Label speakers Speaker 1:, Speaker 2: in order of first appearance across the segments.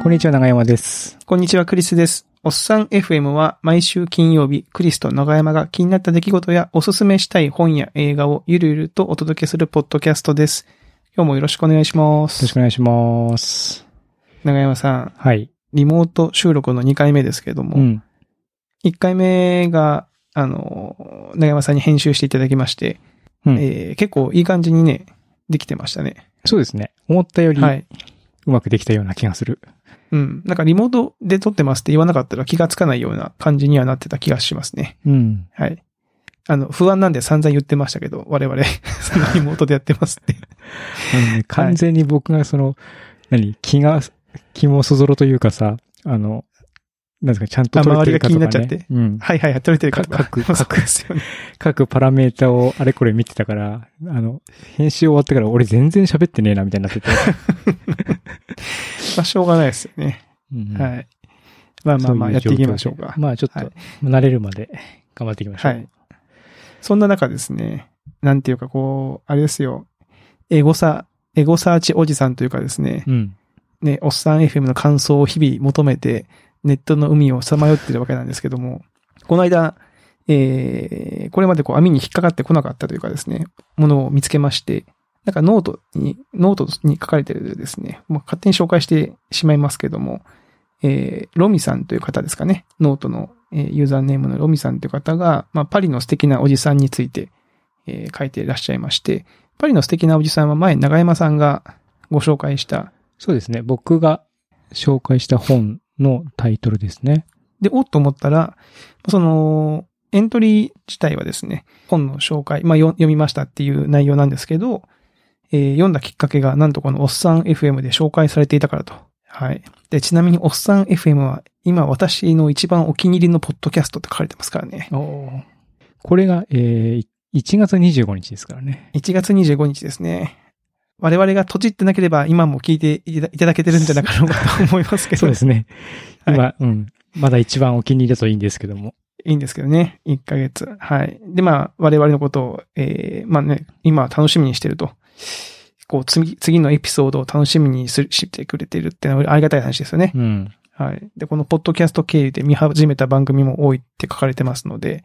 Speaker 1: こんにちは、長山です。
Speaker 2: こんにちは、クリスです。おっさん FM は毎週金曜日、クリスと長山が気になった出来事やおすすめしたい本や映画をゆるゆるとお届けするポッドキャストです。今日もよろしくお願いしま
Speaker 1: よろし
Speaker 2: す。
Speaker 1: くお願いします。
Speaker 2: 長山さん、
Speaker 1: はい。
Speaker 2: リモート収録の2回目ですけど
Speaker 1: う
Speaker 2: も、
Speaker 1: ん。
Speaker 2: 一1回目が、あの、長山さんに編集していただきまして、
Speaker 1: うん
Speaker 2: えー結構いい感じにね、できてましたね。
Speaker 1: そうですね。思ったより
Speaker 2: は
Speaker 1: う
Speaker 2: い。
Speaker 1: まくできたような気がする。
Speaker 2: うん。なんかリモートで撮ってますって言わなかったら気がつかないような感じにはなってた気がしますね。
Speaker 1: うん。
Speaker 2: はい。あの、不安なんで散々言ってましたけど、我々、 その妹でやってますって。
Speaker 1: あのね完全に僕がその、何気が、気もそぞろというかさ、あの、なんですか、ちゃんと
Speaker 2: あ
Speaker 1: 取れてるかとか、ね、
Speaker 2: 周りが気になっちゃって
Speaker 1: うん。
Speaker 2: はいはい、やってみてるか
Speaker 1: か書く書く
Speaker 2: そうですよね。
Speaker 1: 各パラメータをあれこれ見てたから、あの、編集終わってから俺全然喋ってねえな、みたいにな ってて。
Speaker 2: まあ、しょうがないですよね。
Speaker 1: うん
Speaker 2: はい。まあまあまあ、やっていきましょうか。
Speaker 1: まあちょっと、
Speaker 2: はい
Speaker 1: 慣れるまで頑張っていきましょう。
Speaker 2: はい。そんな中ですね、なんていうかこう、あれですよ、エゴサ、エゴサーチおじさんというかですね、
Speaker 1: うん。
Speaker 2: ね、おっさん FM の感想を日々求めて、ネットの海をさまよってるわけなんですけども、この間、えー、これまでこう網に引っかかってこなかったというかですね、ものを見つけまして、なんかノートに、ノートに書かれてるですね、もう勝手に紹介してしまいますけども、えー、ロミさんという方ですかね、ノートの、えーユーザーネームのロミさんという方が、まあ、パリの素敵なおじさんについて、えー書いていらっしゃいまして、パリの素敵なおじさんは前、長山さんがご紹介した、
Speaker 1: そうですね。僕が紹介した本のタイトルですね。
Speaker 2: で、おっと思ったら、その、エントリー自体はですね、本の紹介、まあ、よ読みましたっていう内容なんですけど、えー読んだきっかけが、なんとこのおっさん FM で紹介されていたからと。はい。で、ちなみにおっさん FM は、今私の一番お気に入りのポッドキャストって書かれてますからね。
Speaker 1: これが、えー、1月25日ですからね。
Speaker 2: 1月25日ですね。我々が閉じってなければ、今も聞いていたいただけてるんじゃなかろうかと思いますけど。
Speaker 1: そうですね。
Speaker 2: は い
Speaker 1: 今、うん。まだ一番お気に入りだといいんですけども。
Speaker 2: いいんですけどね。1ヶ月。はい。で、まあ、我々のことを、えーまあね、今は楽しみにしてると。こう、次、次のエピソードを楽しみにする、してくれてるってのはありがたい話ですよね。
Speaker 1: うん。
Speaker 2: はい。で、このポッドキャスト経由で見始めた番組も多いって書かれてますので、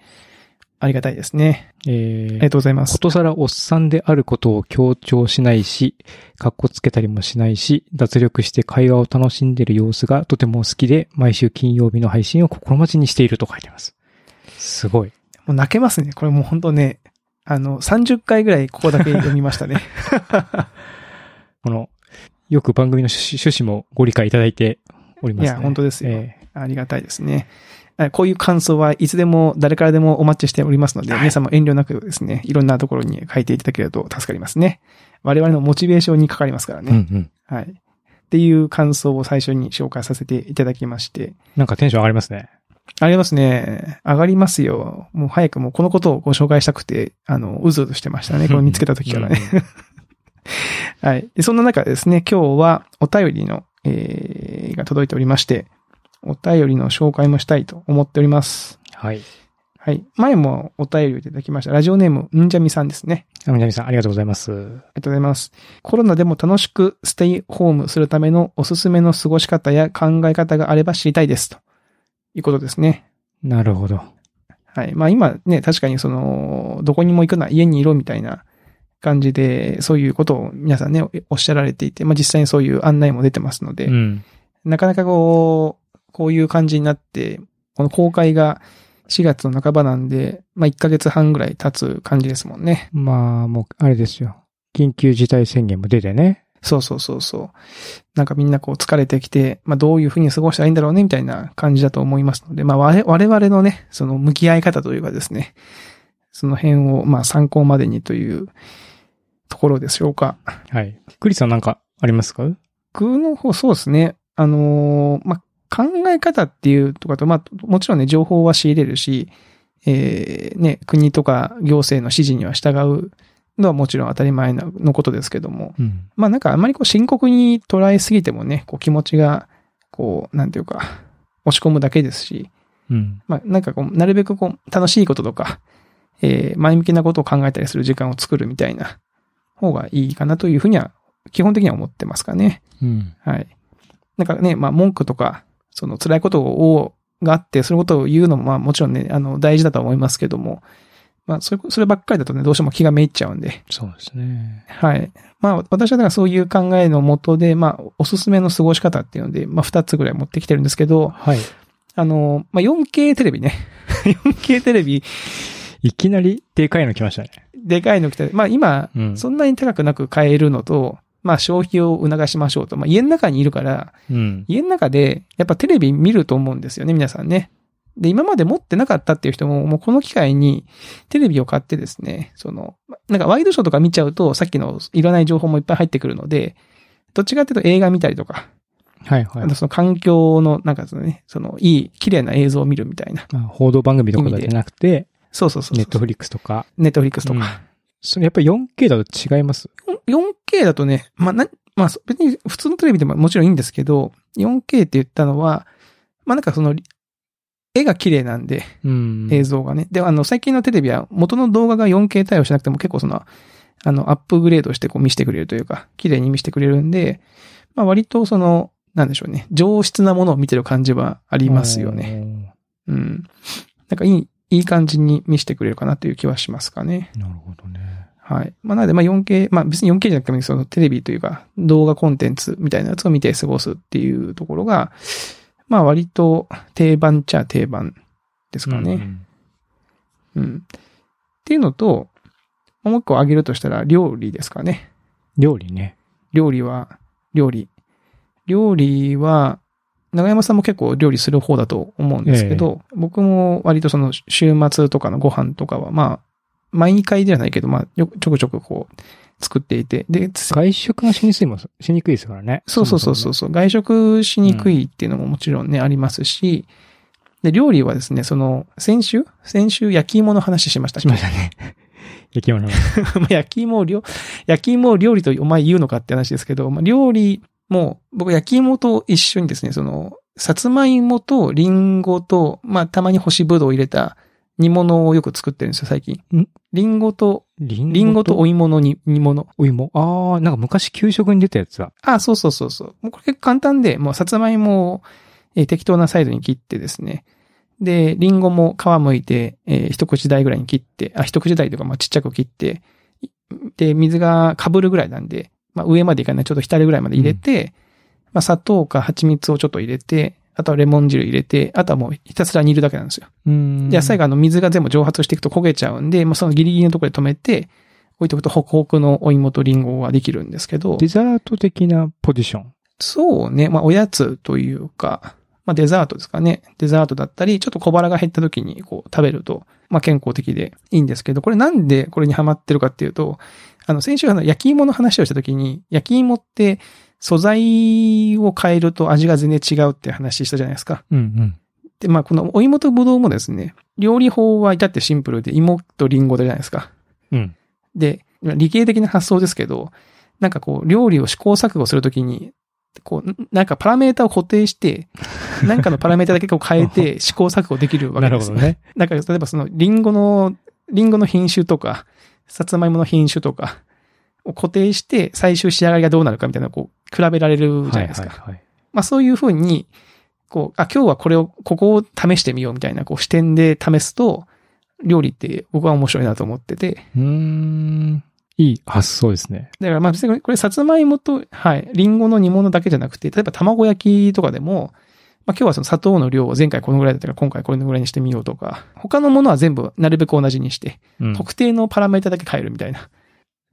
Speaker 2: ありがたいですね。
Speaker 1: え
Speaker 2: あ
Speaker 1: ー
Speaker 2: りがとうございます
Speaker 1: こ。とさらおっさんであることを強調しないし、かっこつけたりもしないし、脱力して会話を楽しんでる様子がとても好きで、毎週金曜日の配信を心待ちにしていると書いてます。すごい。
Speaker 2: もう泣けますね。これもう本当ね、あの、30回ぐらいここだけ読みましたね。
Speaker 1: この、よく番組の趣旨趣旨もご理解いただいておりますね。
Speaker 2: いや本当ですよ
Speaker 1: ええ
Speaker 2: ありがたいですね。あこういう感想はいつでも誰からでもお待ちしておりますので、皆様遠慮なくですね、いろんなところに書いていただけると助かりますね。我々のモチベーションにかかりますから
Speaker 1: うん
Speaker 2: ね。
Speaker 1: うん。
Speaker 2: はい。っていう感想を最初に紹介させていただきまして。
Speaker 1: なんかテンション上がりますね。
Speaker 2: ありますね。上がりますよ。もう早くもうこのことをご紹介したくて、あの、うずうずしてまし たね。これ見つけた時からね。
Speaker 1: うん。
Speaker 2: はい。でそんな中ですね、今日はお便りの、えーが届いておりまして、お便りの紹介もしたいと思っております。
Speaker 1: はい。
Speaker 2: はい。前もお便りをいただきました。ラジオネーム、んじゃみさんですね。
Speaker 1: あみなみさん、ありがとうございます。
Speaker 2: ありがとうございます。コロナでも楽しくステイホームするためのおすすめの過ごし方や考え方があれば知りたいです。ということですね。
Speaker 1: なるほど。
Speaker 2: はい。まあ今ね、確かにその、どこにも行くな、家にいろみたいな感じで、そういうことを皆さんね、おおっしゃられていて、まあ実際にそういう案内も出てますので、
Speaker 1: うん。
Speaker 2: なかなかこう、こういう感じになって、この公開が4月の半ばなんで、まあ1ヶ月半ぐらい経つ感じですもんね。
Speaker 1: まあ、もう、あれですよ。緊急事態宣言も出てね。
Speaker 2: そうそうそうそう。なんかみんなこう疲れてきて、まあどういうふうに過ごしたらいいんだろうねみたいな感じだと思いますので、まあ我我々のね、その向き合い方というかですね、その辺をまあ参考までにというところでしょうか。
Speaker 1: はい。クリスさんなんかありますか
Speaker 2: 僕の方そうですね、あのーまあ考え方っていうとかと、まあもちろんね、情報は仕入れるし、えー、ね、国とか行政の指示には従うのはもちろん当たり前なのことですけども、
Speaker 1: うん。
Speaker 2: まあなんかあんまりこう深刻に捉えすぎてもね、こう気持ちが、こう、なんていうか、押し込むだけですし、
Speaker 1: うん。
Speaker 2: まあなんかこう、なるべくこう、楽しいこととか、えー前向きなことを考えたりする時間を作るみたいな方がいいかなというふうには、基本的には思ってますかね。
Speaker 1: うん。
Speaker 2: はい。なんかね、まあ文句とか、その辛いことを、があって、そういうことを言うのも、まあもちろんね、あの、大事だとは思いますけども、まあ、それ、そればっかりだとね、どうしても気がめいっちゃうんで、
Speaker 1: そうですね。
Speaker 2: はい。まあ、私はだからそういう考えのもとで、まあ、おすすめの過ごし方っていうので、まあ、二つぐらい持ってきてるんですけど、
Speaker 1: はい。
Speaker 2: あの、まあ、4K テレビね。4K テレビ、
Speaker 1: いきなりでかいの来ましたね。
Speaker 2: でかいの来たまあ、今、
Speaker 1: うん
Speaker 2: そんなに高くなく買えるのと、まあ、消費を促しましょうと。まあ、家の中にいるから、
Speaker 1: うん。
Speaker 2: 家の中で、やっぱテレビ見ると思うんですよね、皆さんね。で、今まで持ってなかったっていう人も、もうこの機会にテレビを買ってですね、その、なんかワイドショーとか見ちゃうと、さっきのいらない情報もいっぱい入ってくるので、どっちかっていうと映画見たりとか、
Speaker 1: はいは
Speaker 2: あと
Speaker 1: い。
Speaker 2: その環境の、なんかそのね、そのいい、綺麗な映像を見るみたいな。
Speaker 1: まあ報道番組とかじゃなくて、
Speaker 2: そうそうそうそう。
Speaker 1: ネットフリックスとか。
Speaker 2: ネットフリックスと
Speaker 1: うん
Speaker 2: か。
Speaker 1: それやっぱり 4K だと違います。
Speaker 2: 4K だとね、まあ、な、まあ、そ別に普通のテレビでももちろんいいんですけど、4K って言ったのは、まあ、なんかその、絵が綺麗なんで、
Speaker 1: うん。
Speaker 2: 映像がね。で、あの、最近のテレビは元の動画が 4K 対応しなくても結構その、あの、アップグレードしてこう見せてくれるというか、綺麗に見せてくれるんで、まあ割とその、なんでしょうね、上質なものを見てる感じはありますよね。
Speaker 1: ね。
Speaker 2: うん。なんかいい、いい感じに見せてくれるかなという気はしますかね。
Speaker 1: なるほどね。
Speaker 2: はい。まあ、なので、まあ、4K、まあ、別に 4K じゃなくてもいいんですけど、そのテレビというか、動画コンテンツみたいなやつを見て過ごすっていうところが、まあ、割と定番っちゃ定番ですかね。
Speaker 1: うん
Speaker 2: うん。っていうのと、もう一個挙げるとしたら、料理ですかね。
Speaker 1: 料理ね。
Speaker 2: 料理は、料理。料理は、長山さんも結構料理する方だと思うんですけど、僕も割とその週末とかのご飯とかは、まあ、毎回ではないけど、まあ、よちょくちょくこう、作っていて、で、
Speaker 1: 外食がしにくいもん、しにくいですからね。
Speaker 2: そうそうそうそううそう、外食しにくいっていうのももちろんね、ありますし、で、料理はですね、その、先週先週焼き芋の話しましたっ
Speaker 1: し
Speaker 2: け
Speaker 1: ましたね。 焼き物。
Speaker 2: まあ焼き芋を料、焼き芋を料理とお前言うのかって話ですけど、まあ、料理も、僕焼き芋と一緒にですね、その、さつまいもとりんごと、まあ、たまに干しぶどうを入れた煮物をよく作ってるんですよ、最近。
Speaker 1: ん
Speaker 2: りんごと、
Speaker 1: リ
Speaker 2: りんごとお芋の煮煮物。
Speaker 1: お芋。ああ、なんか昔給食に出たやつだ。
Speaker 2: あ、そうそうそうそう。もうこれ結構簡単で、もうさつまいもを、えー適当なサイズに切ってですね。で、リンゴも皮むいて、えー一口大ぐらいに切って、あ、一口大というか、まあちっちゃく切って、いで、水が被るぐらいなんで、まあ上までいかない、ちょっと浸るぐらいまで入れて、まあ砂糖か蜂蜜をちょっと入れて、あとはレモン汁入れて、あとはもうひたすら煮るだけなんですよ。
Speaker 1: うん
Speaker 2: で野菜があの水が全部蒸発していくと焦げちゃうんで、もうそのギリギリのところで止めて、置いておくとホクホクのお芋とリンゴができるんですけど。
Speaker 1: デザート的なポジション。
Speaker 2: そうね。まあ、おやつというか、まあ、デザートですかね。デザートだったり、ちょっと小腹が減った時にこう食べると、まあ、健康的でいいんですけど、これなんでこれにハマってるかっていうと、あの、先週あの、焼き芋の話をした時に、焼き芋って素材を変えると味が全然違うって話したじゃないですか。
Speaker 1: うん
Speaker 2: で、まあ、このお芋とぶどうもですね、料理法は至ってシンプルで、芋とリンゴじゃないですか。
Speaker 1: うん。うん。
Speaker 2: で、理系的な発想ですけど、なんかこう、料理を試行錯誤するときに、こう、んなんかパラメータを固定して、なんかのパラメータだけこう変え て試行錯誤できるわけ
Speaker 1: なる
Speaker 2: で
Speaker 1: ほ
Speaker 2: す
Speaker 1: ど
Speaker 2: よ。
Speaker 1: ね。
Speaker 2: なんか、例えばその、リンゴの、リンゴの品種とか、さつまいもの品種とかを固定して、最終仕上がりがどうなるかみたいなのをこう、比べられるじゃないですか。
Speaker 1: はいはいはい。
Speaker 2: まあそういうふうに、こう、あ、今日はこれを、ここを試してみようみたいな、こう、視点で試すと、料理って僕は面白いなと思ってて、
Speaker 1: うーん。いい発想ですね。
Speaker 2: だからまあ別にこれさつまいもと、はい、リンゴの煮物だけじゃなくて、例えば卵焼きとかでも、まあ今日はその砂糖の量を前回このぐらいだったから今回これのぐらいにしてみようとか、他のものは全部なるべく同じにして、
Speaker 1: うん。
Speaker 2: 特定のパラメータだけ変えるみたいな。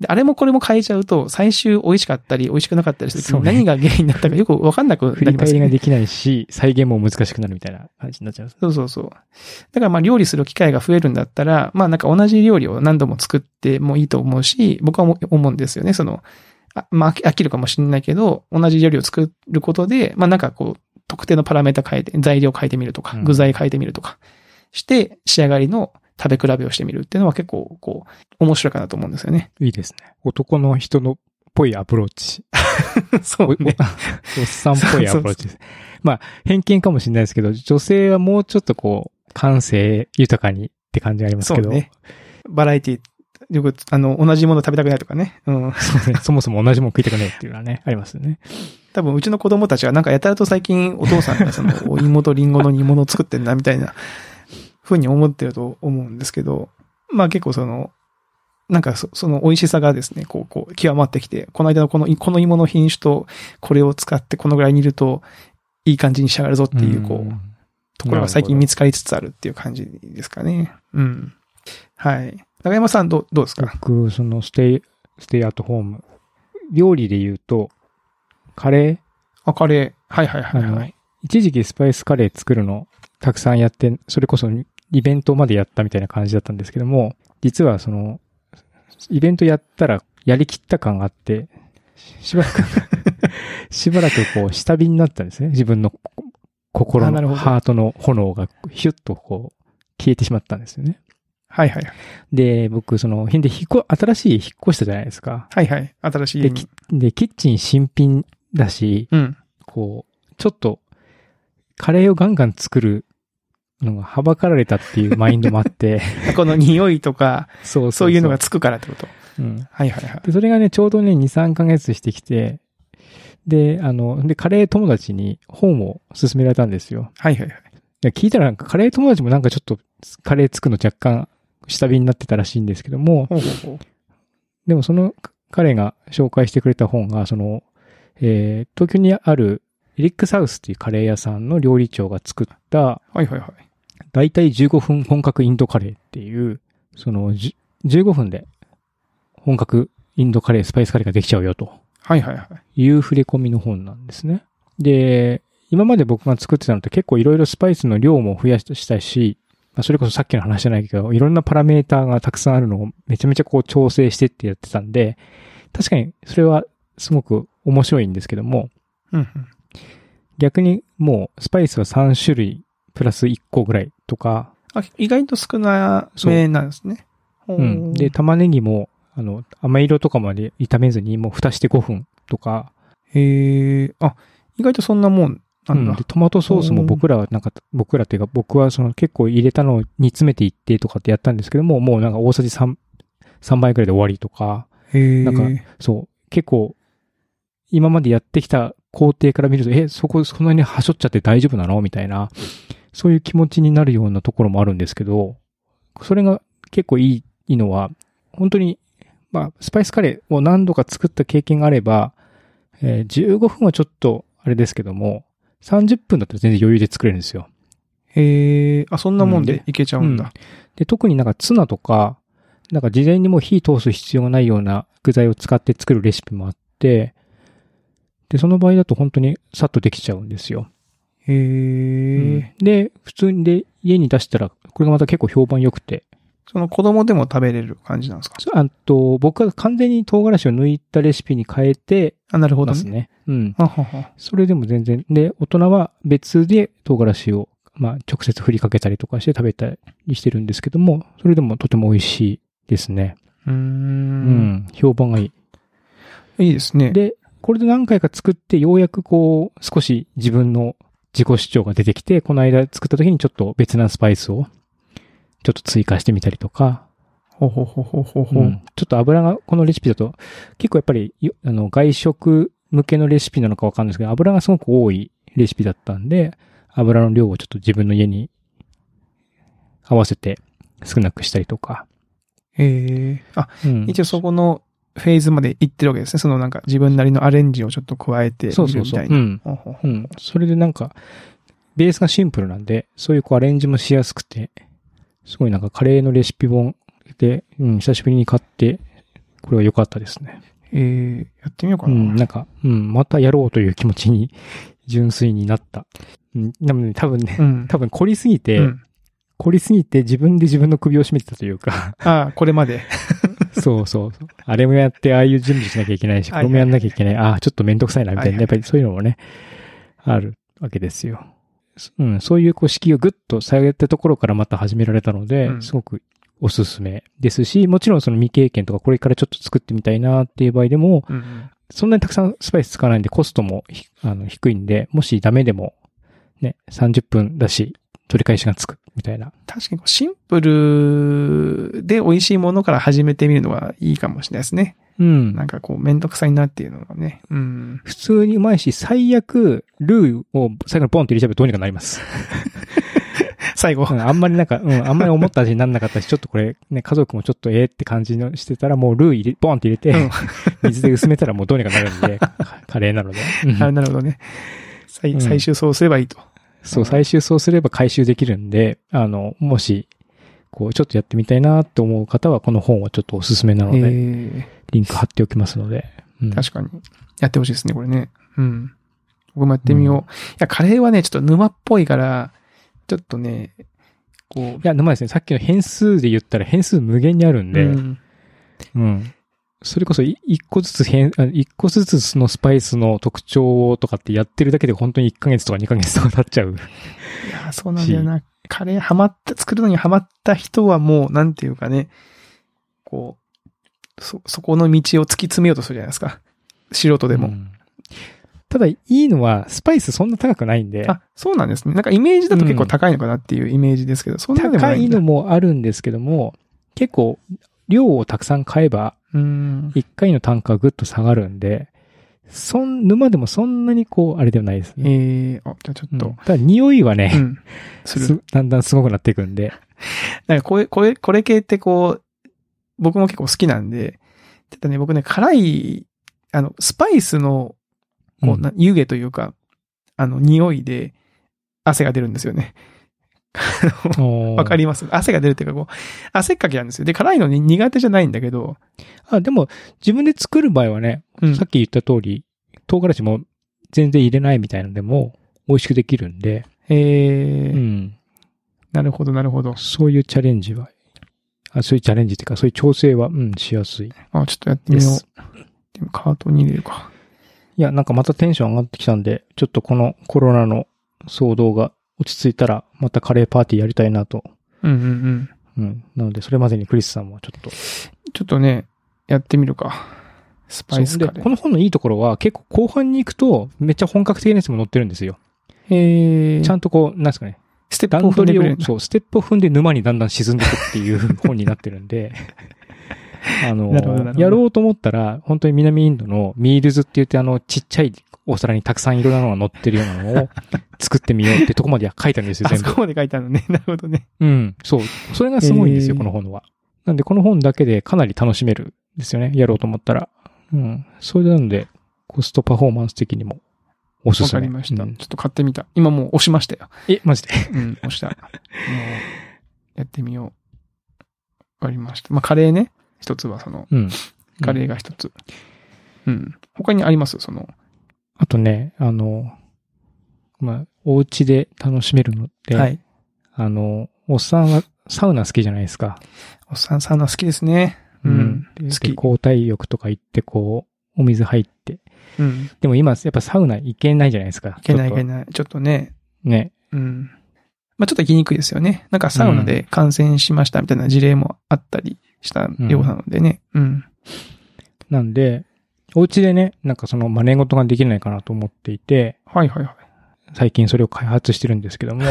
Speaker 2: で、あれもこれも変えちゃうと、最終美味しかったり美味しくなかったりして
Speaker 1: そう、ね
Speaker 2: 何が原因だったかよくわかんなく
Speaker 1: 振
Speaker 2: な
Speaker 1: り
Speaker 2: りま
Speaker 1: 返
Speaker 2: す
Speaker 1: り
Speaker 2: よ
Speaker 1: が
Speaker 2: ね。
Speaker 1: できないし、再現も難しくなるみたいな感じになっちゃいます。
Speaker 2: そうそうそう。だからまあ料理する機会が増えるんだったら、まあなんか同じ料理を何度も作ってもいいと思うし、僕は思思うんですよね。その、あまあ飽き飽きるかもしれないけど、同じ料理を作ることで、まあなんかこう、特定のパラメータ変えて、材料変えてみるとか
Speaker 1: う、ん
Speaker 2: 具材変えてみるとか、して仕上がりの食べ比べをしてみるっていうのは結構こう、面白いかなと思うんですよね。
Speaker 1: いいですね。男の人のっぽいアプローチ。
Speaker 2: そ
Speaker 1: おおおっさんっぽいアプローチです。まあ、偏見かもしれないですけど、女性はもうちょっとこう、感性豊かにって感じがあります
Speaker 2: そう
Speaker 1: けど、
Speaker 2: ね。バラエティ、よく、あの、同じもの食べたくないとかね。うん。
Speaker 1: そうねそもそも同じもん食いたくないっていうのはね、ありますよね。
Speaker 2: 多分、うちの子供たちはなんかやたらと最近お父さんがその、お芋とリンゴの煮物を作ってんだみたいな、ふうに思ってると思うんですけど、まあ結構その、なんかそその美味しさがですね、こう、こう、極まってきて、この間のこの、この芋の品種と、これを使ってこのぐらい煮ると、いい感じに仕上がるぞっていう、こう、ところが最近見つかりつつあるっていう感じですかね。うん。はい。中山さん、どう、どうですか
Speaker 1: 僕、その、ステイ、ステイアットホーム。料理で言うと、カレー
Speaker 2: あ、カレー。はいはいはいはい。
Speaker 1: 一時期スパイスカレー作るのたくさんやって、それこそイベントまでやったみたいな感じだったんですけども、実はその、イベントやったらやりきった感があって、ししばら く、しばらくこう下火になったんですね。自分の心
Speaker 2: あなるほ
Speaker 1: の
Speaker 2: ど
Speaker 1: ハートの炎がヒュッとこう消えてしまったんですよね。
Speaker 2: はいはいはい。
Speaker 1: で、僕その、で引っ越、新しい引っ越したじゃないですか。
Speaker 2: はいはい。新しい家に。
Speaker 1: できで、キッチン新品だし、
Speaker 2: うん。
Speaker 1: こう、ちょっと、カレーをガンガン作るのがはばかられたっていうマインドもあ って、
Speaker 2: この匂いとか、
Speaker 1: そうそ
Speaker 2: そういうのが、つくからってこと。
Speaker 1: うん。
Speaker 2: はいはいはい。
Speaker 1: で、それがね、ちょうどね、2、3ヶ月してきて、で、あの、で、カレー友達に本を勧められたんですよ。
Speaker 2: はいはいはい。
Speaker 1: で聞いたらなんか、カレー友達もなんかちょっと、カレー作るの若干、下火になってたらしいんですけども、
Speaker 2: ほうほうほう。
Speaker 1: でもその彼が紹介してくれた本が、その、えー東京にある、エリックサウスっていうカレー屋さんの料理長が作った、
Speaker 2: はいはいはい。
Speaker 1: だいたい15分本格インドカレーっていう、その、じゅ15分で本格インドカレー、スパイスカレーができちゃうよと
Speaker 2: はいはいはい。
Speaker 1: いう触れ込みの本なんですね。で、今まで僕が作ってたのって結構いろいろスパイスの量も増やしたし、まあ、それこそさっきの話じゃないけど、いろんなパラメーターがたくさんあるのをめちゃめちゃこう調整してってやってたんで、確かにそれはすごく面白いんですけども、
Speaker 2: うんうん。
Speaker 1: 逆にもうスパイスは3種類プラス1個ぐらいとか、
Speaker 2: あ、意外と少なめなんですね。ほ
Speaker 1: うん。で、玉ねぎも、あの、甘い色とかまで炒めずに、もう蓋して5分とか、
Speaker 2: へえ、あ、意外とそんなもんな
Speaker 1: うんん
Speaker 2: だ
Speaker 1: で、。トマトソースも僕らはなんか、僕らっていうか、僕はその結構入れたのを煮詰めていってとかってやったんですけども、もうなんか大さじ3、3倍くらいで終わりとか、
Speaker 2: へえ。
Speaker 1: なんかそう、結構、今までやってきた工程から見ると、え、そこそんなにはしょっちゃって大丈夫なのみたいな、そういう気持ちになるようなところもあるんですけど、それが結構いいいいのは、本当に、まあ、スパイスカレーを何度か作った経験があれば、えー15分はちょっとあれですけども、30分だったら全然余裕で作れるんですよ。
Speaker 2: へえ、あ、そんなもん
Speaker 1: うん
Speaker 2: で
Speaker 1: で
Speaker 2: いけちゃうんだ。
Speaker 1: で、特になんかツナとか、なんか事前にもう火通す必要がないような具材を使って作るレシピもあって、で、その場合だと本当にさっとできちゃうんですよ。
Speaker 2: へえ。
Speaker 1: で、普通にで家に出したら、これがまた結構評判良くて、
Speaker 2: その子供でも食べれる感じなんですか
Speaker 1: そあと僕は完全に唐辛子を抜いたレシピに変えて
Speaker 2: あ、なるほど
Speaker 1: ます
Speaker 2: ね。
Speaker 1: ね。うん。
Speaker 2: あはは。
Speaker 1: それでも全然、で、大人は別で唐辛子を、まあ、直接振りかけたりとかして食べたりしてるんですけども、それでもとても美味しいですね。
Speaker 2: うー。
Speaker 1: うんん、評判がいい。
Speaker 2: いいですね。
Speaker 1: で、これで何回か作って、ようやくこう、少し自分の自己主張が出てきて、この間作った時にちょっと別なスパイスを、ちょっと追加してみたりとか、
Speaker 2: ほほほほほほ。
Speaker 1: うんちょっと油が、このレシピだと、結構やっぱり、よあの、外食向けのレシピなのかわかんないですけど、油がすごく多いレシピだったんで、油の量をちょっと自分の家に合わせて少なくしたりとか。
Speaker 2: へえ。あ、
Speaker 1: うん
Speaker 2: 一応そこのフェーズまで行ってるわけですね。そのなんか自分なりのアレンジをちょっと加えてみる
Speaker 1: そう
Speaker 2: みたい
Speaker 1: そうそう。
Speaker 2: な。
Speaker 1: うん。
Speaker 2: ほうほうほ
Speaker 1: う。
Speaker 2: うん
Speaker 1: それでなんか、ベースがシンプルなんで、そういうこうアレンジもしやすくて、すごいなんかカレーのレシピ本で、うん、久しぶりに買って、これは良かったですね。
Speaker 2: ええ、やってみようか
Speaker 1: う
Speaker 2: な。
Speaker 1: ん、なんか、うん、またやろうという気持ちに純粋になった。うん、でもね、多分ね、
Speaker 2: うん。
Speaker 1: 多分凝りすぎて、
Speaker 2: うん
Speaker 1: 凝りすぎて自分で自分の首を絞めてたというか、
Speaker 2: ああ、これまで。
Speaker 1: そうそうそう。あれもやって、ああいう準備しなきゃいけないし、こ
Speaker 2: はい
Speaker 1: れ
Speaker 2: はい
Speaker 1: もやんなきゃいけない。ああ、ちょっとめんどくさいな、みたい
Speaker 2: はい
Speaker 1: な。
Speaker 2: はい
Speaker 1: やっぱりそういうのもね、あるわけですよ。そうん、そういうこう、敷居をぐっと下げたところからまた始められたので、
Speaker 2: うん
Speaker 1: すごくおすすめですし、もちろんその未経験とか、これからちょっと作ってみたいなっていう場合でも、
Speaker 2: うん。
Speaker 1: そんなにたくさんスパイス使わないんで、コストもひあの低いんで、もしダメでも、ね、30分だし、取り返しがつく、みたいな。
Speaker 2: 確かにこうシンプルで美味しいものから始めてみるのはいいかもしれないですね。
Speaker 1: うん
Speaker 2: なんかこう、めんどくさいなっていうのがね。うん。
Speaker 1: 普通にうまいし、最悪、ルーを最後にポンって入れちゃえばどうにかなり ます。
Speaker 2: 最後
Speaker 1: う。ん、あんまりなんか、うん、あんまり思った味にならなかったし、ちょっとこれ、ね、家族もちょっとええって感じのしてたら、もうルー入れ、ポンって入れて、
Speaker 2: うん
Speaker 1: 水で薄めたらもうどうにかなるん で、かカレーなので。うん
Speaker 2: あなるほどね。
Speaker 1: う
Speaker 2: 最
Speaker 1: ん
Speaker 2: 最終そうすればいいと。
Speaker 1: そう、最終そうすれば回収できるんで、あの、もし、こう、ちょっとやってみたいなと思う方は、この本はちょっとおすすめなの
Speaker 2: え
Speaker 1: で、
Speaker 2: ー
Speaker 1: リンク貼っておきますので。うん、
Speaker 2: 確かに。やってほしいですね、これね。うん。僕もやってみよう。いや、カレーはね、ちょっと沼っぽいから、ちょっとね、こ
Speaker 1: いや、でもですね、さっきの変数で言ったら変数無限にあるん
Speaker 2: う、
Speaker 1: で、
Speaker 2: うん
Speaker 1: うん。それこそい、一個ずつ変、あ一個ずつのスパイスの特徴とかってやってるだけで本当に1ヶ月とか2ヶ月とか経っちゃう。
Speaker 2: いや、そうなんだよな。カレーハマった、作るのにハマった人はもう、なんていうかね、こう、そ、そこの道を突き詰めようとするじゃないですか。素人でも。
Speaker 1: うんただ、いいのは、スパイスそんな高くないんで、
Speaker 2: あ、そうなんですね。なんかイメージだと結構高いのかなっていうイメージですけど、そんなでも
Speaker 1: 高
Speaker 2: ない
Speaker 1: い
Speaker 2: んだ
Speaker 1: のもあるんですけども、結構、量をたくさん買えば、
Speaker 2: うん。
Speaker 1: 1回の単価はぐっと下がるんで、そん、沼でもそんなにこう、あれではないですね。
Speaker 2: えー、あ、じゃあち
Speaker 1: う
Speaker 2: ょっ
Speaker 1: ん
Speaker 2: と、
Speaker 1: ただ、匂いは
Speaker 2: う
Speaker 1: ね、
Speaker 2: ん。する。
Speaker 1: すだんだんすごくなっていくんで、
Speaker 2: なんかこれ、これ、これ系ってこう、僕も結構好きなんで、ただね、僕ね、辛い、あの、スパイスの、こう、
Speaker 1: うん
Speaker 2: な湯気というか、あの、匂いで、汗が出るんですよね。わ
Speaker 1: わ
Speaker 2: かります汗が出るっていうか、こう、汗っかきなんですよ。で、辛いのに苦手じゃないんだけど、
Speaker 1: あ、でも、自分で作る場合はね、
Speaker 2: うん
Speaker 1: さっき言った通り、唐辛子も全然入れないみたいなのでも、美味しくできるんで、
Speaker 2: え
Speaker 1: う
Speaker 2: ー
Speaker 1: ん。
Speaker 2: なるほど、なるほど。
Speaker 1: そういうチャレンジは、あそういうチャレンジっていうか、そういう調整は、うん、しやすい
Speaker 2: あ、ちょっとやって
Speaker 1: で
Speaker 2: みよう
Speaker 1: す。。
Speaker 2: でもカートに入れるか。
Speaker 1: いや、なんかまたテンション上がってきたんで、ちょっとこのコロナの騒動が落ち着いたら、またカレーパーティーやりたいなと。
Speaker 2: うんうんうん。
Speaker 1: うん。なので、それまでにクリスさんもちょっと。
Speaker 2: ちょっとね、やってみるか。スパイス
Speaker 1: で、
Speaker 2: カレ
Speaker 1: こ
Speaker 2: ー。
Speaker 1: の本のいいところは、結構後半に行くと、めっちゃ本格的なやつも載ってるんですよ。
Speaker 2: えー
Speaker 1: ちゃんとこう、なんですかね。
Speaker 2: ステップ
Speaker 1: 段
Speaker 2: オフ
Speaker 1: 取
Speaker 2: レ
Speaker 1: り
Speaker 2: ベル
Speaker 1: を、そう、ステップを踏んで沼にだんだん沈んでいくっていう 本になってるんで、あの
Speaker 2: なるほどなるほ、ど
Speaker 1: やろうと思ったら、本当に南インドのミールズって言って、あの、ちっちゃいお皿にたくさんいろんなのが載ってるような のを作ってみようってとこまでは書いてあるんですよ、
Speaker 2: あ
Speaker 1: 全
Speaker 2: そ
Speaker 1: 部。
Speaker 2: こまで書いてあるのね。な るほどね。
Speaker 1: うん、そう。それがすごいんですよ、
Speaker 2: へー
Speaker 1: この本は。なんで、この本だけでかなり楽しめるんですよね、やろうと思ったら。うん。それなので、コストパフォーマンス的にも、おす
Speaker 2: わ
Speaker 1: すめ。
Speaker 2: かりました。
Speaker 1: う
Speaker 2: ちょ
Speaker 1: ん
Speaker 2: っと買ってみた。今もう押しましたよ。
Speaker 1: え、マジで。
Speaker 2: うん、 押した。もう、やってみよう。わかりました。まあ、カレーね。一つはその、
Speaker 1: うん。
Speaker 2: カレーが一つ。うん。他にありますその、
Speaker 1: あとね、あの、まあ、お家で楽しめるのって、
Speaker 2: はい。
Speaker 1: あの、おっさんはサウナ好きじゃないですか。
Speaker 2: おっさんサウナ好きですね。うん。
Speaker 1: で
Speaker 2: 好き
Speaker 1: 交代浴とか行って、こう、お水入って。
Speaker 2: うん。い
Speaker 1: でも今、やっぱサウナ行けないじゃないですか。
Speaker 2: けないい
Speaker 1: ちょっ
Speaker 2: けない。ちょっとね。
Speaker 1: とね。
Speaker 2: うん。まあ、ちょっと行きにくいですよね。なんかサウナで感染しましたみたいな事例もあったりしたようなのでね。うん。
Speaker 1: なんで、お家でね、なんかその真似事ができないかなと思っていて、
Speaker 2: はいはいはい。
Speaker 1: 最近それを開発してるんですけども、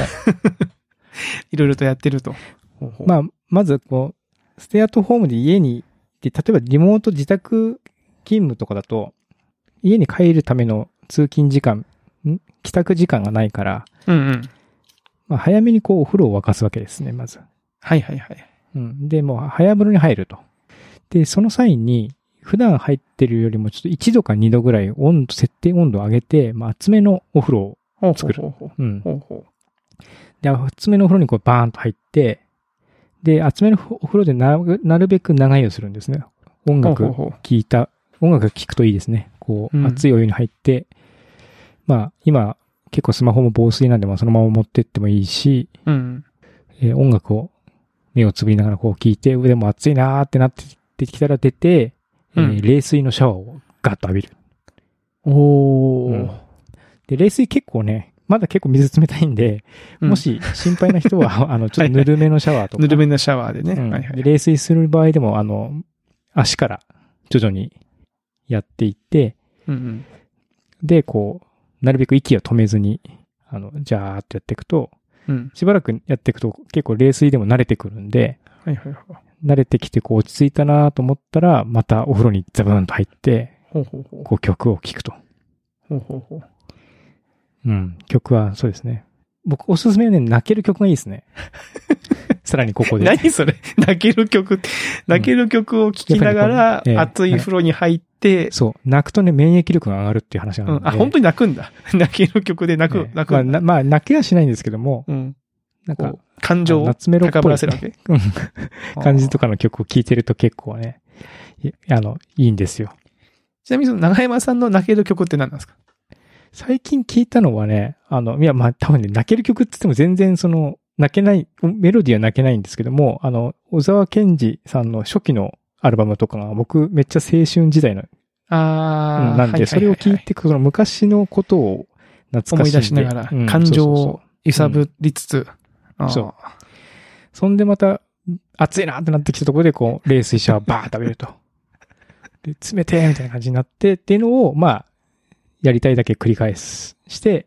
Speaker 2: いろいろとやってると。ほうほう
Speaker 1: まあ、まず、こう、ステアトホームで家に、で、例えばリモート自宅勤務とかだと、家に帰るための通勤時間、ん帰宅時間がないから、
Speaker 2: うんうん。
Speaker 1: まあ、早めにこう、お風呂を沸かすわけですね、まず。
Speaker 2: はいはいはい。
Speaker 1: うん。で、もう、早風呂に入ると。で、その際に、普段入ってるよりもちょっと1度か2度ぐらい温度、設定温度を上げて、まあ、厚めのお風呂を、
Speaker 2: ほう
Speaker 1: 作る
Speaker 2: ほうほう
Speaker 1: うん。
Speaker 2: ほうほう。
Speaker 1: で、厚めのお風呂にこう、バーンと入って、で、厚めのお風呂でななるべく長いをするんですね。音楽
Speaker 2: ほうほうほ
Speaker 1: 聞いた、音楽が聞くといいですね。こう、
Speaker 2: うん
Speaker 1: 熱いお湯に入って、まあ、今、結構スマホも防水なんで、まあ、そのまま持ってってもいいし、
Speaker 2: う。うん。
Speaker 1: えー音楽を目をつぶりながらこう聞いて、腕も熱いなーってなってきたら出て、えー
Speaker 2: うん
Speaker 1: 冷水のシャワーをガッと浴びる。
Speaker 2: お
Speaker 1: うんで、冷水結構ね、まだ結構水冷たいんで、も、し心配な人 は、あの、ちょっとぬるめのシャワーとか。
Speaker 2: ぬるめのシャワーでね。
Speaker 1: うん
Speaker 2: はいは
Speaker 1: で
Speaker 2: い。
Speaker 1: 冷水する場合でも、あの、足から徐々にやっていって、
Speaker 2: うんうん。
Speaker 1: で、こう、なるべく息を止めずに、あの、じゃーっとやっていくと、
Speaker 2: うん。
Speaker 1: しばらくやっていくと結構冷水でも慣れてくるんで、
Speaker 2: はいはいはい。
Speaker 1: 慣れてきてこう落ち着いたなと思ったら、またお風呂にザブーンと入って、
Speaker 2: ほうほうほう。
Speaker 1: こう曲を聴くと。
Speaker 2: ほうほうほう。
Speaker 1: うん。曲はそうですね。僕おすすめはね、泣ける曲がいいです ね。さらにここで。
Speaker 2: 何それ泣ける曲って、泣ける曲を聴きながら、
Speaker 1: うんやっぱりこ
Speaker 2: 熱
Speaker 1: うええ
Speaker 2: い風呂に入って、
Speaker 1: そう。泣くとね、免疫力が上がるっていう話があ
Speaker 2: う
Speaker 1: る
Speaker 2: ん
Speaker 1: ん、で。
Speaker 2: あ、本当に泣くんだ。泣ける曲で泣く
Speaker 1: ね、
Speaker 2: 泣
Speaker 1: ま
Speaker 2: く
Speaker 1: あ
Speaker 2: んだ。
Speaker 1: な、まあ、泣けはしないんですけども、
Speaker 2: うん。
Speaker 1: なん
Speaker 2: こ
Speaker 1: か
Speaker 2: う、、感情を
Speaker 1: 夏メロっぽい
Speaker 2: 高ぶらせるわけ
Speaker 1: うん感じとかの曲を聴いてると結構ね、いあの、いいんですよ。
Speaker 2: ちなみにその長山さんの泣ける曲って何なんですか
Speaker 1: 最近聴いたのはね、あの、いや、まあ、多分ね、泣ける曲って言っても全然その、泣けない、メロディーは泣けないんですけども、あの、小沢健二さんの初期のアルバムとかが僕めっちゃ青春時代の、う
Speaker 2: ああ。
Speaker 1: んなんで、それを聴いてく、その昔のことを懐
Speaker 2: 思
Speaker 1: かし
Speaker 2: い
Speaker 1: んで
Speaker 2: 出しながら
Speaker 1: うん、
Speaker 2: 感情
Speaker 1: そうそうそう
Speaker 2: を揺さぶりつつ、あー
Speaker 1: そうそんでまた、暑いなってなってきたところで、こう、冷水シャワーバーッと浴びると。 で、冷てーみたいな感じになって、っていうのを、まあ、やりたいだけ繰り返す、して、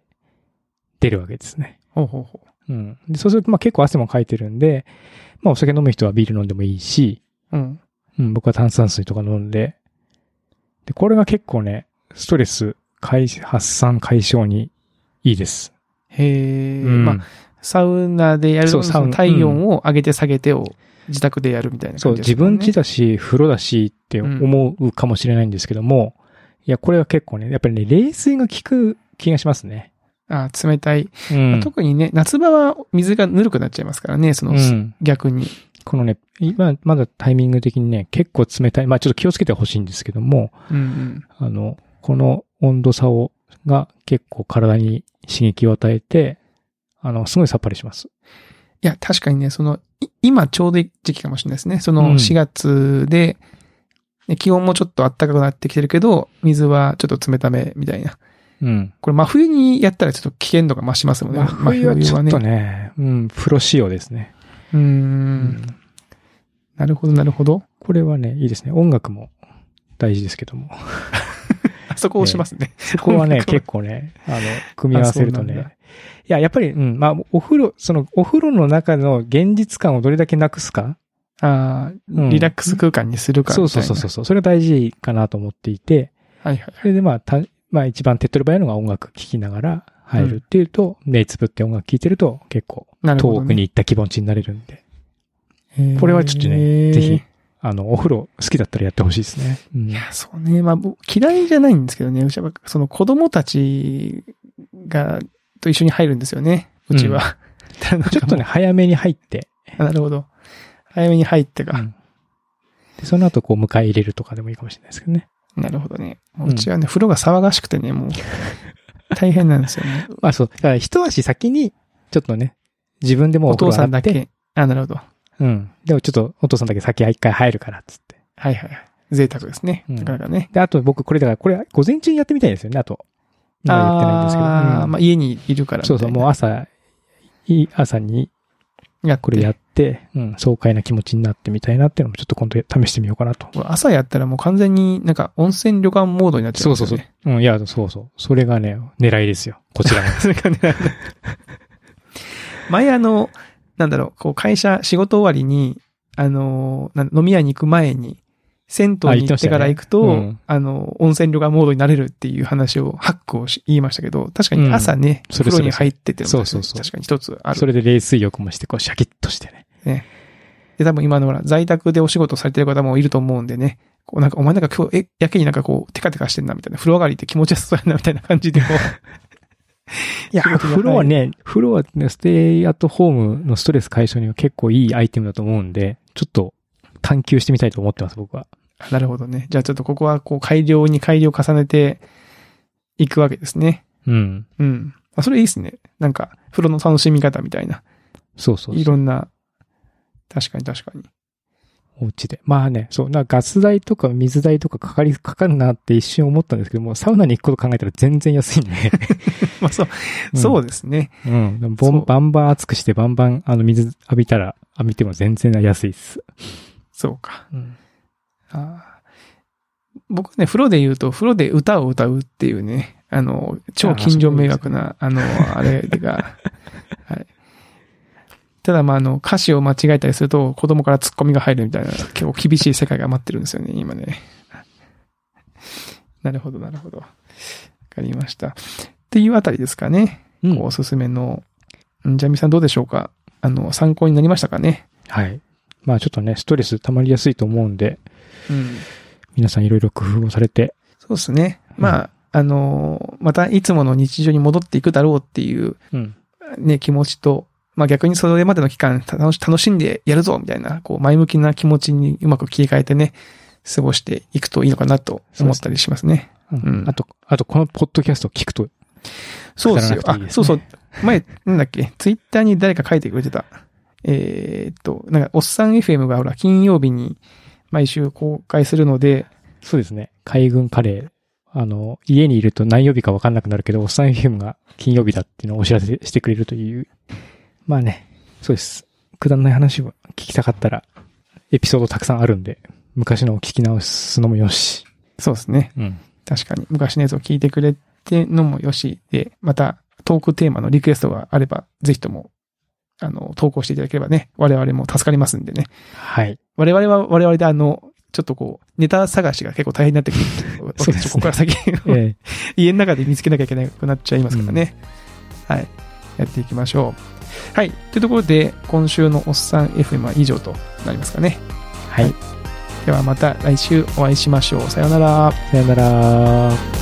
Speaker 1: 出るわけですね。
Speaker 2: ほうほうほ
Speaker 1: うん。で、そうすると、まあ結構汗もかいてるんで、まあお酒飲む人はビール飲んでもいいし、
Speaker 2: う。うん。
Speaker 1: うん、僕は炭酸水とか飲んで、で、これが結構ね、ストレス解消発散解消にいいです。
Speaker 2: へえ、
Speaker 1: うん
Speaker 2: まあ、サウナでやる
Speaker 1: そ
Speaker 2: そうの
Speaker 1: サウナ
Speaker 2: 体温を上げて下げてを自宅でやるみたいな
Speaker 1: そう、
Speaker 2: 感
Speaker 1: 自
Speaker 2: じですも
Speaker 1: 分
Speaker 2: んね。
Speaker 1: 家だし、風呂だしって思うかもしれないんですけども、いや、これは結構ね、やっぱりね、冷水が効く気がしますね。
Speaker 2: あー冷たい、
Speaker 1: うん
Speaker 2: まあ特にね、夏場は水がぬるくなっちゃいますからね、その、
Speaker 1: うん
Speaker 2: 逆に。
Speaker 1: このね、今、まだタイミング的にね、結構冷たい。まあちょっと気をつけてほしいんですけども、
Speaker 2: うんうん。
Speaker 1: あの、この温度差を、が結構体に刺激を与えて、あの、すごいさっぱりします。
Speaker 2: いや、確かにね、その、い今ちょうどいい時期かもしれないですね。そ
Speaker 1: うん
Speaker 2: の4月で、ね気温もちょっと暖かくなってきてるけど、水はちょっと冷ためみたいな。
Speaker 1: うん。
Speaker 2: これ真冬にやったらちょっと危険度が増しますもんね。
Speaker 1: まあ、冬はちょっと
Speaker 2: ね。
Speaker 1: ね、うん、風呂仕様ですね。
Speaker 2: うー。
Speaker 1: うん
Speaker 2: なるほど、なるほど。
Speaker 1: これはね、いいですね。音楽も大事ですけども。
Speaker 2: あそこを押しますね。
Speaker 1: ここは ね、
Speaker 2: 音楽は
Speaker 1: 結構ね、あの、組み合わせると
Speaker 2: あそうなん
Speaker 1: ね。いや、やっぱり、うん、まあ、お風呂、その、お風呂の中の現実感をどれだけなくすか
Speaker 2: ああ、
Speaker 1: うん
Speaker 2: リラックス空間にするか
Speaker 1: そ
Speaker 2: み
Speaker 1: うそ
Speaker 2: たいうな。
Speaker 1: そうそう。それが大事かなと思っていて、
Speaker 2: はいはい。
Speaker 1: それでまあ、たまあ、一番手っ取り早いのが音楽聴きながら入るっていうと、目つぶって音楽聴いてると、結構、
Speaker 2: なるほど、
Speaker 1: 遠くに行った気持ちになれるんで、
Speaker 2: に
Speaker 1: これはちょっとね、ぜひ
Speaker 2: い、
Speaker 1: あの、お風呂好きだったらやってほしいですね。うん。
Speaker 2: や、そうね。まあ、僕嫌いじゃないんですけどね。うちは、その子供たちが、と一緒に入るんですよね。うちは。
Speaker 1: ちょっとね、早めに入って、
Speaker 2: あ。なるほど。早めに入って
Speaker 1: う
Speaker 2: か。
Speaker 1: んでその後、こう、迎え入れるとかでもいいかもしれないですけどね。
Speaker 2: なるほどね。
Speaker 1: うん
Speaker 2: うちはね、風呂が騒がしくてね、もう、大変なんですよね。
Speaker 1: まあそう。だから一足先に、ちょっとね、自分でもう
Speaker 2: お
Speaker 1: 風呂
Speaker 2: 父さん
Speaker 1: 洗
Speaker 2: だ
Speaker 1: って。
Speaker 2: け。あ、なるほど。
Speaker 1: うん。でもちょっとお父さんだけ先は一回入るから、つって。
Speaker 2: はいはいはい。贅沢ですね。
Speaker 1: うん
Speaker 2: なかなかね。
Speaker 1: で、あと僕これだから、これ午前中にやってみたいですよね、あと。まだやってないんですけど。
Speaker 2: あ
Speaker 1: う
Speaker 2: ー
Speaker 1: ん
Speaker 2: まあ、家にいるからみた
Speaker 1: そ
Speaker 2: いうな。
Speaker 1: そう、もう朝、いい朝に
Speaker 2: やって
Speaker 1: これやって、うん、爽快な気持ちになってみたいなっていうのもちょっと今度試してみようかなと。
Speaker 2: これ朝やったらもう完全になんか温泉旅館モードになっちゃうんですよ、ね。。
Speaker 1: うん、いや、そうそう。それがね、狙いですよ。こちらも。
Speaker 2: それがね、前あの、なんだろう、こう会社、仕事終わりに、あの、なん飲み屋に行く前に、銭湯に行ってから行くと、
Speaker 1: あ
Speaker 2: あ,、
Speaker 1: 言ってまし
Speaker 2: の、温泉旅館モードになれるっていう話を、ハックをし言いましたけど、確か
Speaker 1: う
Speaker 2: に
Speaker 1: ん
Speaker 2: 朝ね、
Speaker 1: それ
Speaker 2: 風呂に入ってて、
Speaker 1: そうそうそう
Speaker 2: 確かに一つ あ
Speaker 1: そ
Speaker 2: る。
Speaker 1: れで冷水浴もして、こう、シャキッとしてね。
Speaker 2: で、多分今のほら、在宅でお仕事されてる方もいると思うんでね、こうなんか、お前なんか今日、え、やけになんかこう、テカテカしてんな、みたいな、風呂上がりって気持ちよさそうやな、みたいな感じでこう、
Speaker 1: いや、
Speaker 2: 仕事が
Speaker 1: 風呂はね、風呂はね、ステイアットホームのストレス解消には結構いいアイテムだと思うんで、ちょっと探求してみたいと思ってます、僕は。
Speaker 2: なるほどね。じゃあちょっとここはこう改良に改良を重ねていくわけですね。
Speaker 1: うん。
Speaker 2: うん。あ、それいいですね。なんか、風呂の楽しみ方みたいな。
Speaker 1: そうそうそう
Speaker 2: いろんな。確かに確かに。
Speaker 1: お家で。まあね、そう、なんかガス代とか水代とかかかり、 かかるなって一瞬思ったんですけども、サウナに行くこと考えたら全然安いんで。
Speaker 2: まあそう、
Speaker 1: うん
Speaker 2: そうですね。
Speaker 1: うん。 ボ
Speaker 2: そ
Speaker 1: ン
Speaker 2: う
Speaker 1: バンバン熱くして、バンバン、あの、水浴びたら、浴びても全然安いっす。
Speaker 2: そうか。
Speaker 1: うん。
Speaker 2: あー僕ね、風呂で言うと、風呂で歌を歌うっていう ね、あの、超近所迷惑な、あの、あれが、はい。ただ、まあ、あの、歌詞を間違えたりすると、子供からツッコミが入るみたいな、結構厳しい世界が待ってるんですよね、今ね。 なるほど、なるほど。わかりました。っていうあたりですかね。
Speaker 1: うん
Speaker 2: おすすめの。うんジャミさんどうでしょうかあの、参考になりましたかね
Speaker 1: はい。まあちょっとね、ストレス溜まりやすいと思うんで、
Speaker 2: うん。
Speaker 1: 皆さんいろいろ工夫をされて、
Speaker 2: そうですね。まあ、あの、またいつもの日常に戻っていくだろうっていう、
Speaker 1: うん。
Speaker 2: ね、気持ちと、まあ逆にそれまでの期間た楽し楽しんでやるぞみたいな、こう前向きな気持ちにうまく切り替えてね、過ごしていくといいのかなと思ったりしますね。うん
Speaker 1: あと、あとこのポッドキャストを聞くと、
Speaker 2: そうですよ。
Speaker 1: くだら
Speaker 2: あ
Speaker 1: なくていいですね
Speaker 2: そうそう。前、なんだっけ、ツイッターに誰か書いてくれてた。えーっと、なんか、おっさん FM がほら、金曜日に毎週公開するので、
Speaker 1: そうですね。海軍カレー。あの、家にいると何曜日か分かんなくなるけど、おっさん FM が金曜日だっていうのをお知らせしてくれるという。まあね、そうです。くだらない話を聞きたかったら、エピソードたくさんあるんで、昔のを聞き直すのもよし。
Speaker 2: そうですね。
Speaker 1: うん。
Speaker 2: 確かに。昔のやつを聞いてくれてのもよしで、また、トークテーマのリクエストがあれば、ぜひとも、あの、投稿していただければね、我々も助かりますんでね。
Speaker 1: はい。
Speaker 2: 我々は我々であの、ちょっとこう、ネタ探しが結構大変になってくるっていうわ け
Speaker 1: そう
Speaker 2: で
Speaker 1: ですすね
Speaker 2: よここから先。
Speaker 1: ええ
Speaker 2: 家の中で見つけなきゃいけなくなっちゃいますからね。はい。やっていきましょう。はい。というところで、今週のおっさん FM は以上となりますかね。
Speaker 1: はい。
Speaker 2: ではまた来週お会いしましょう。さようなら。
Speaker 1: さよなら。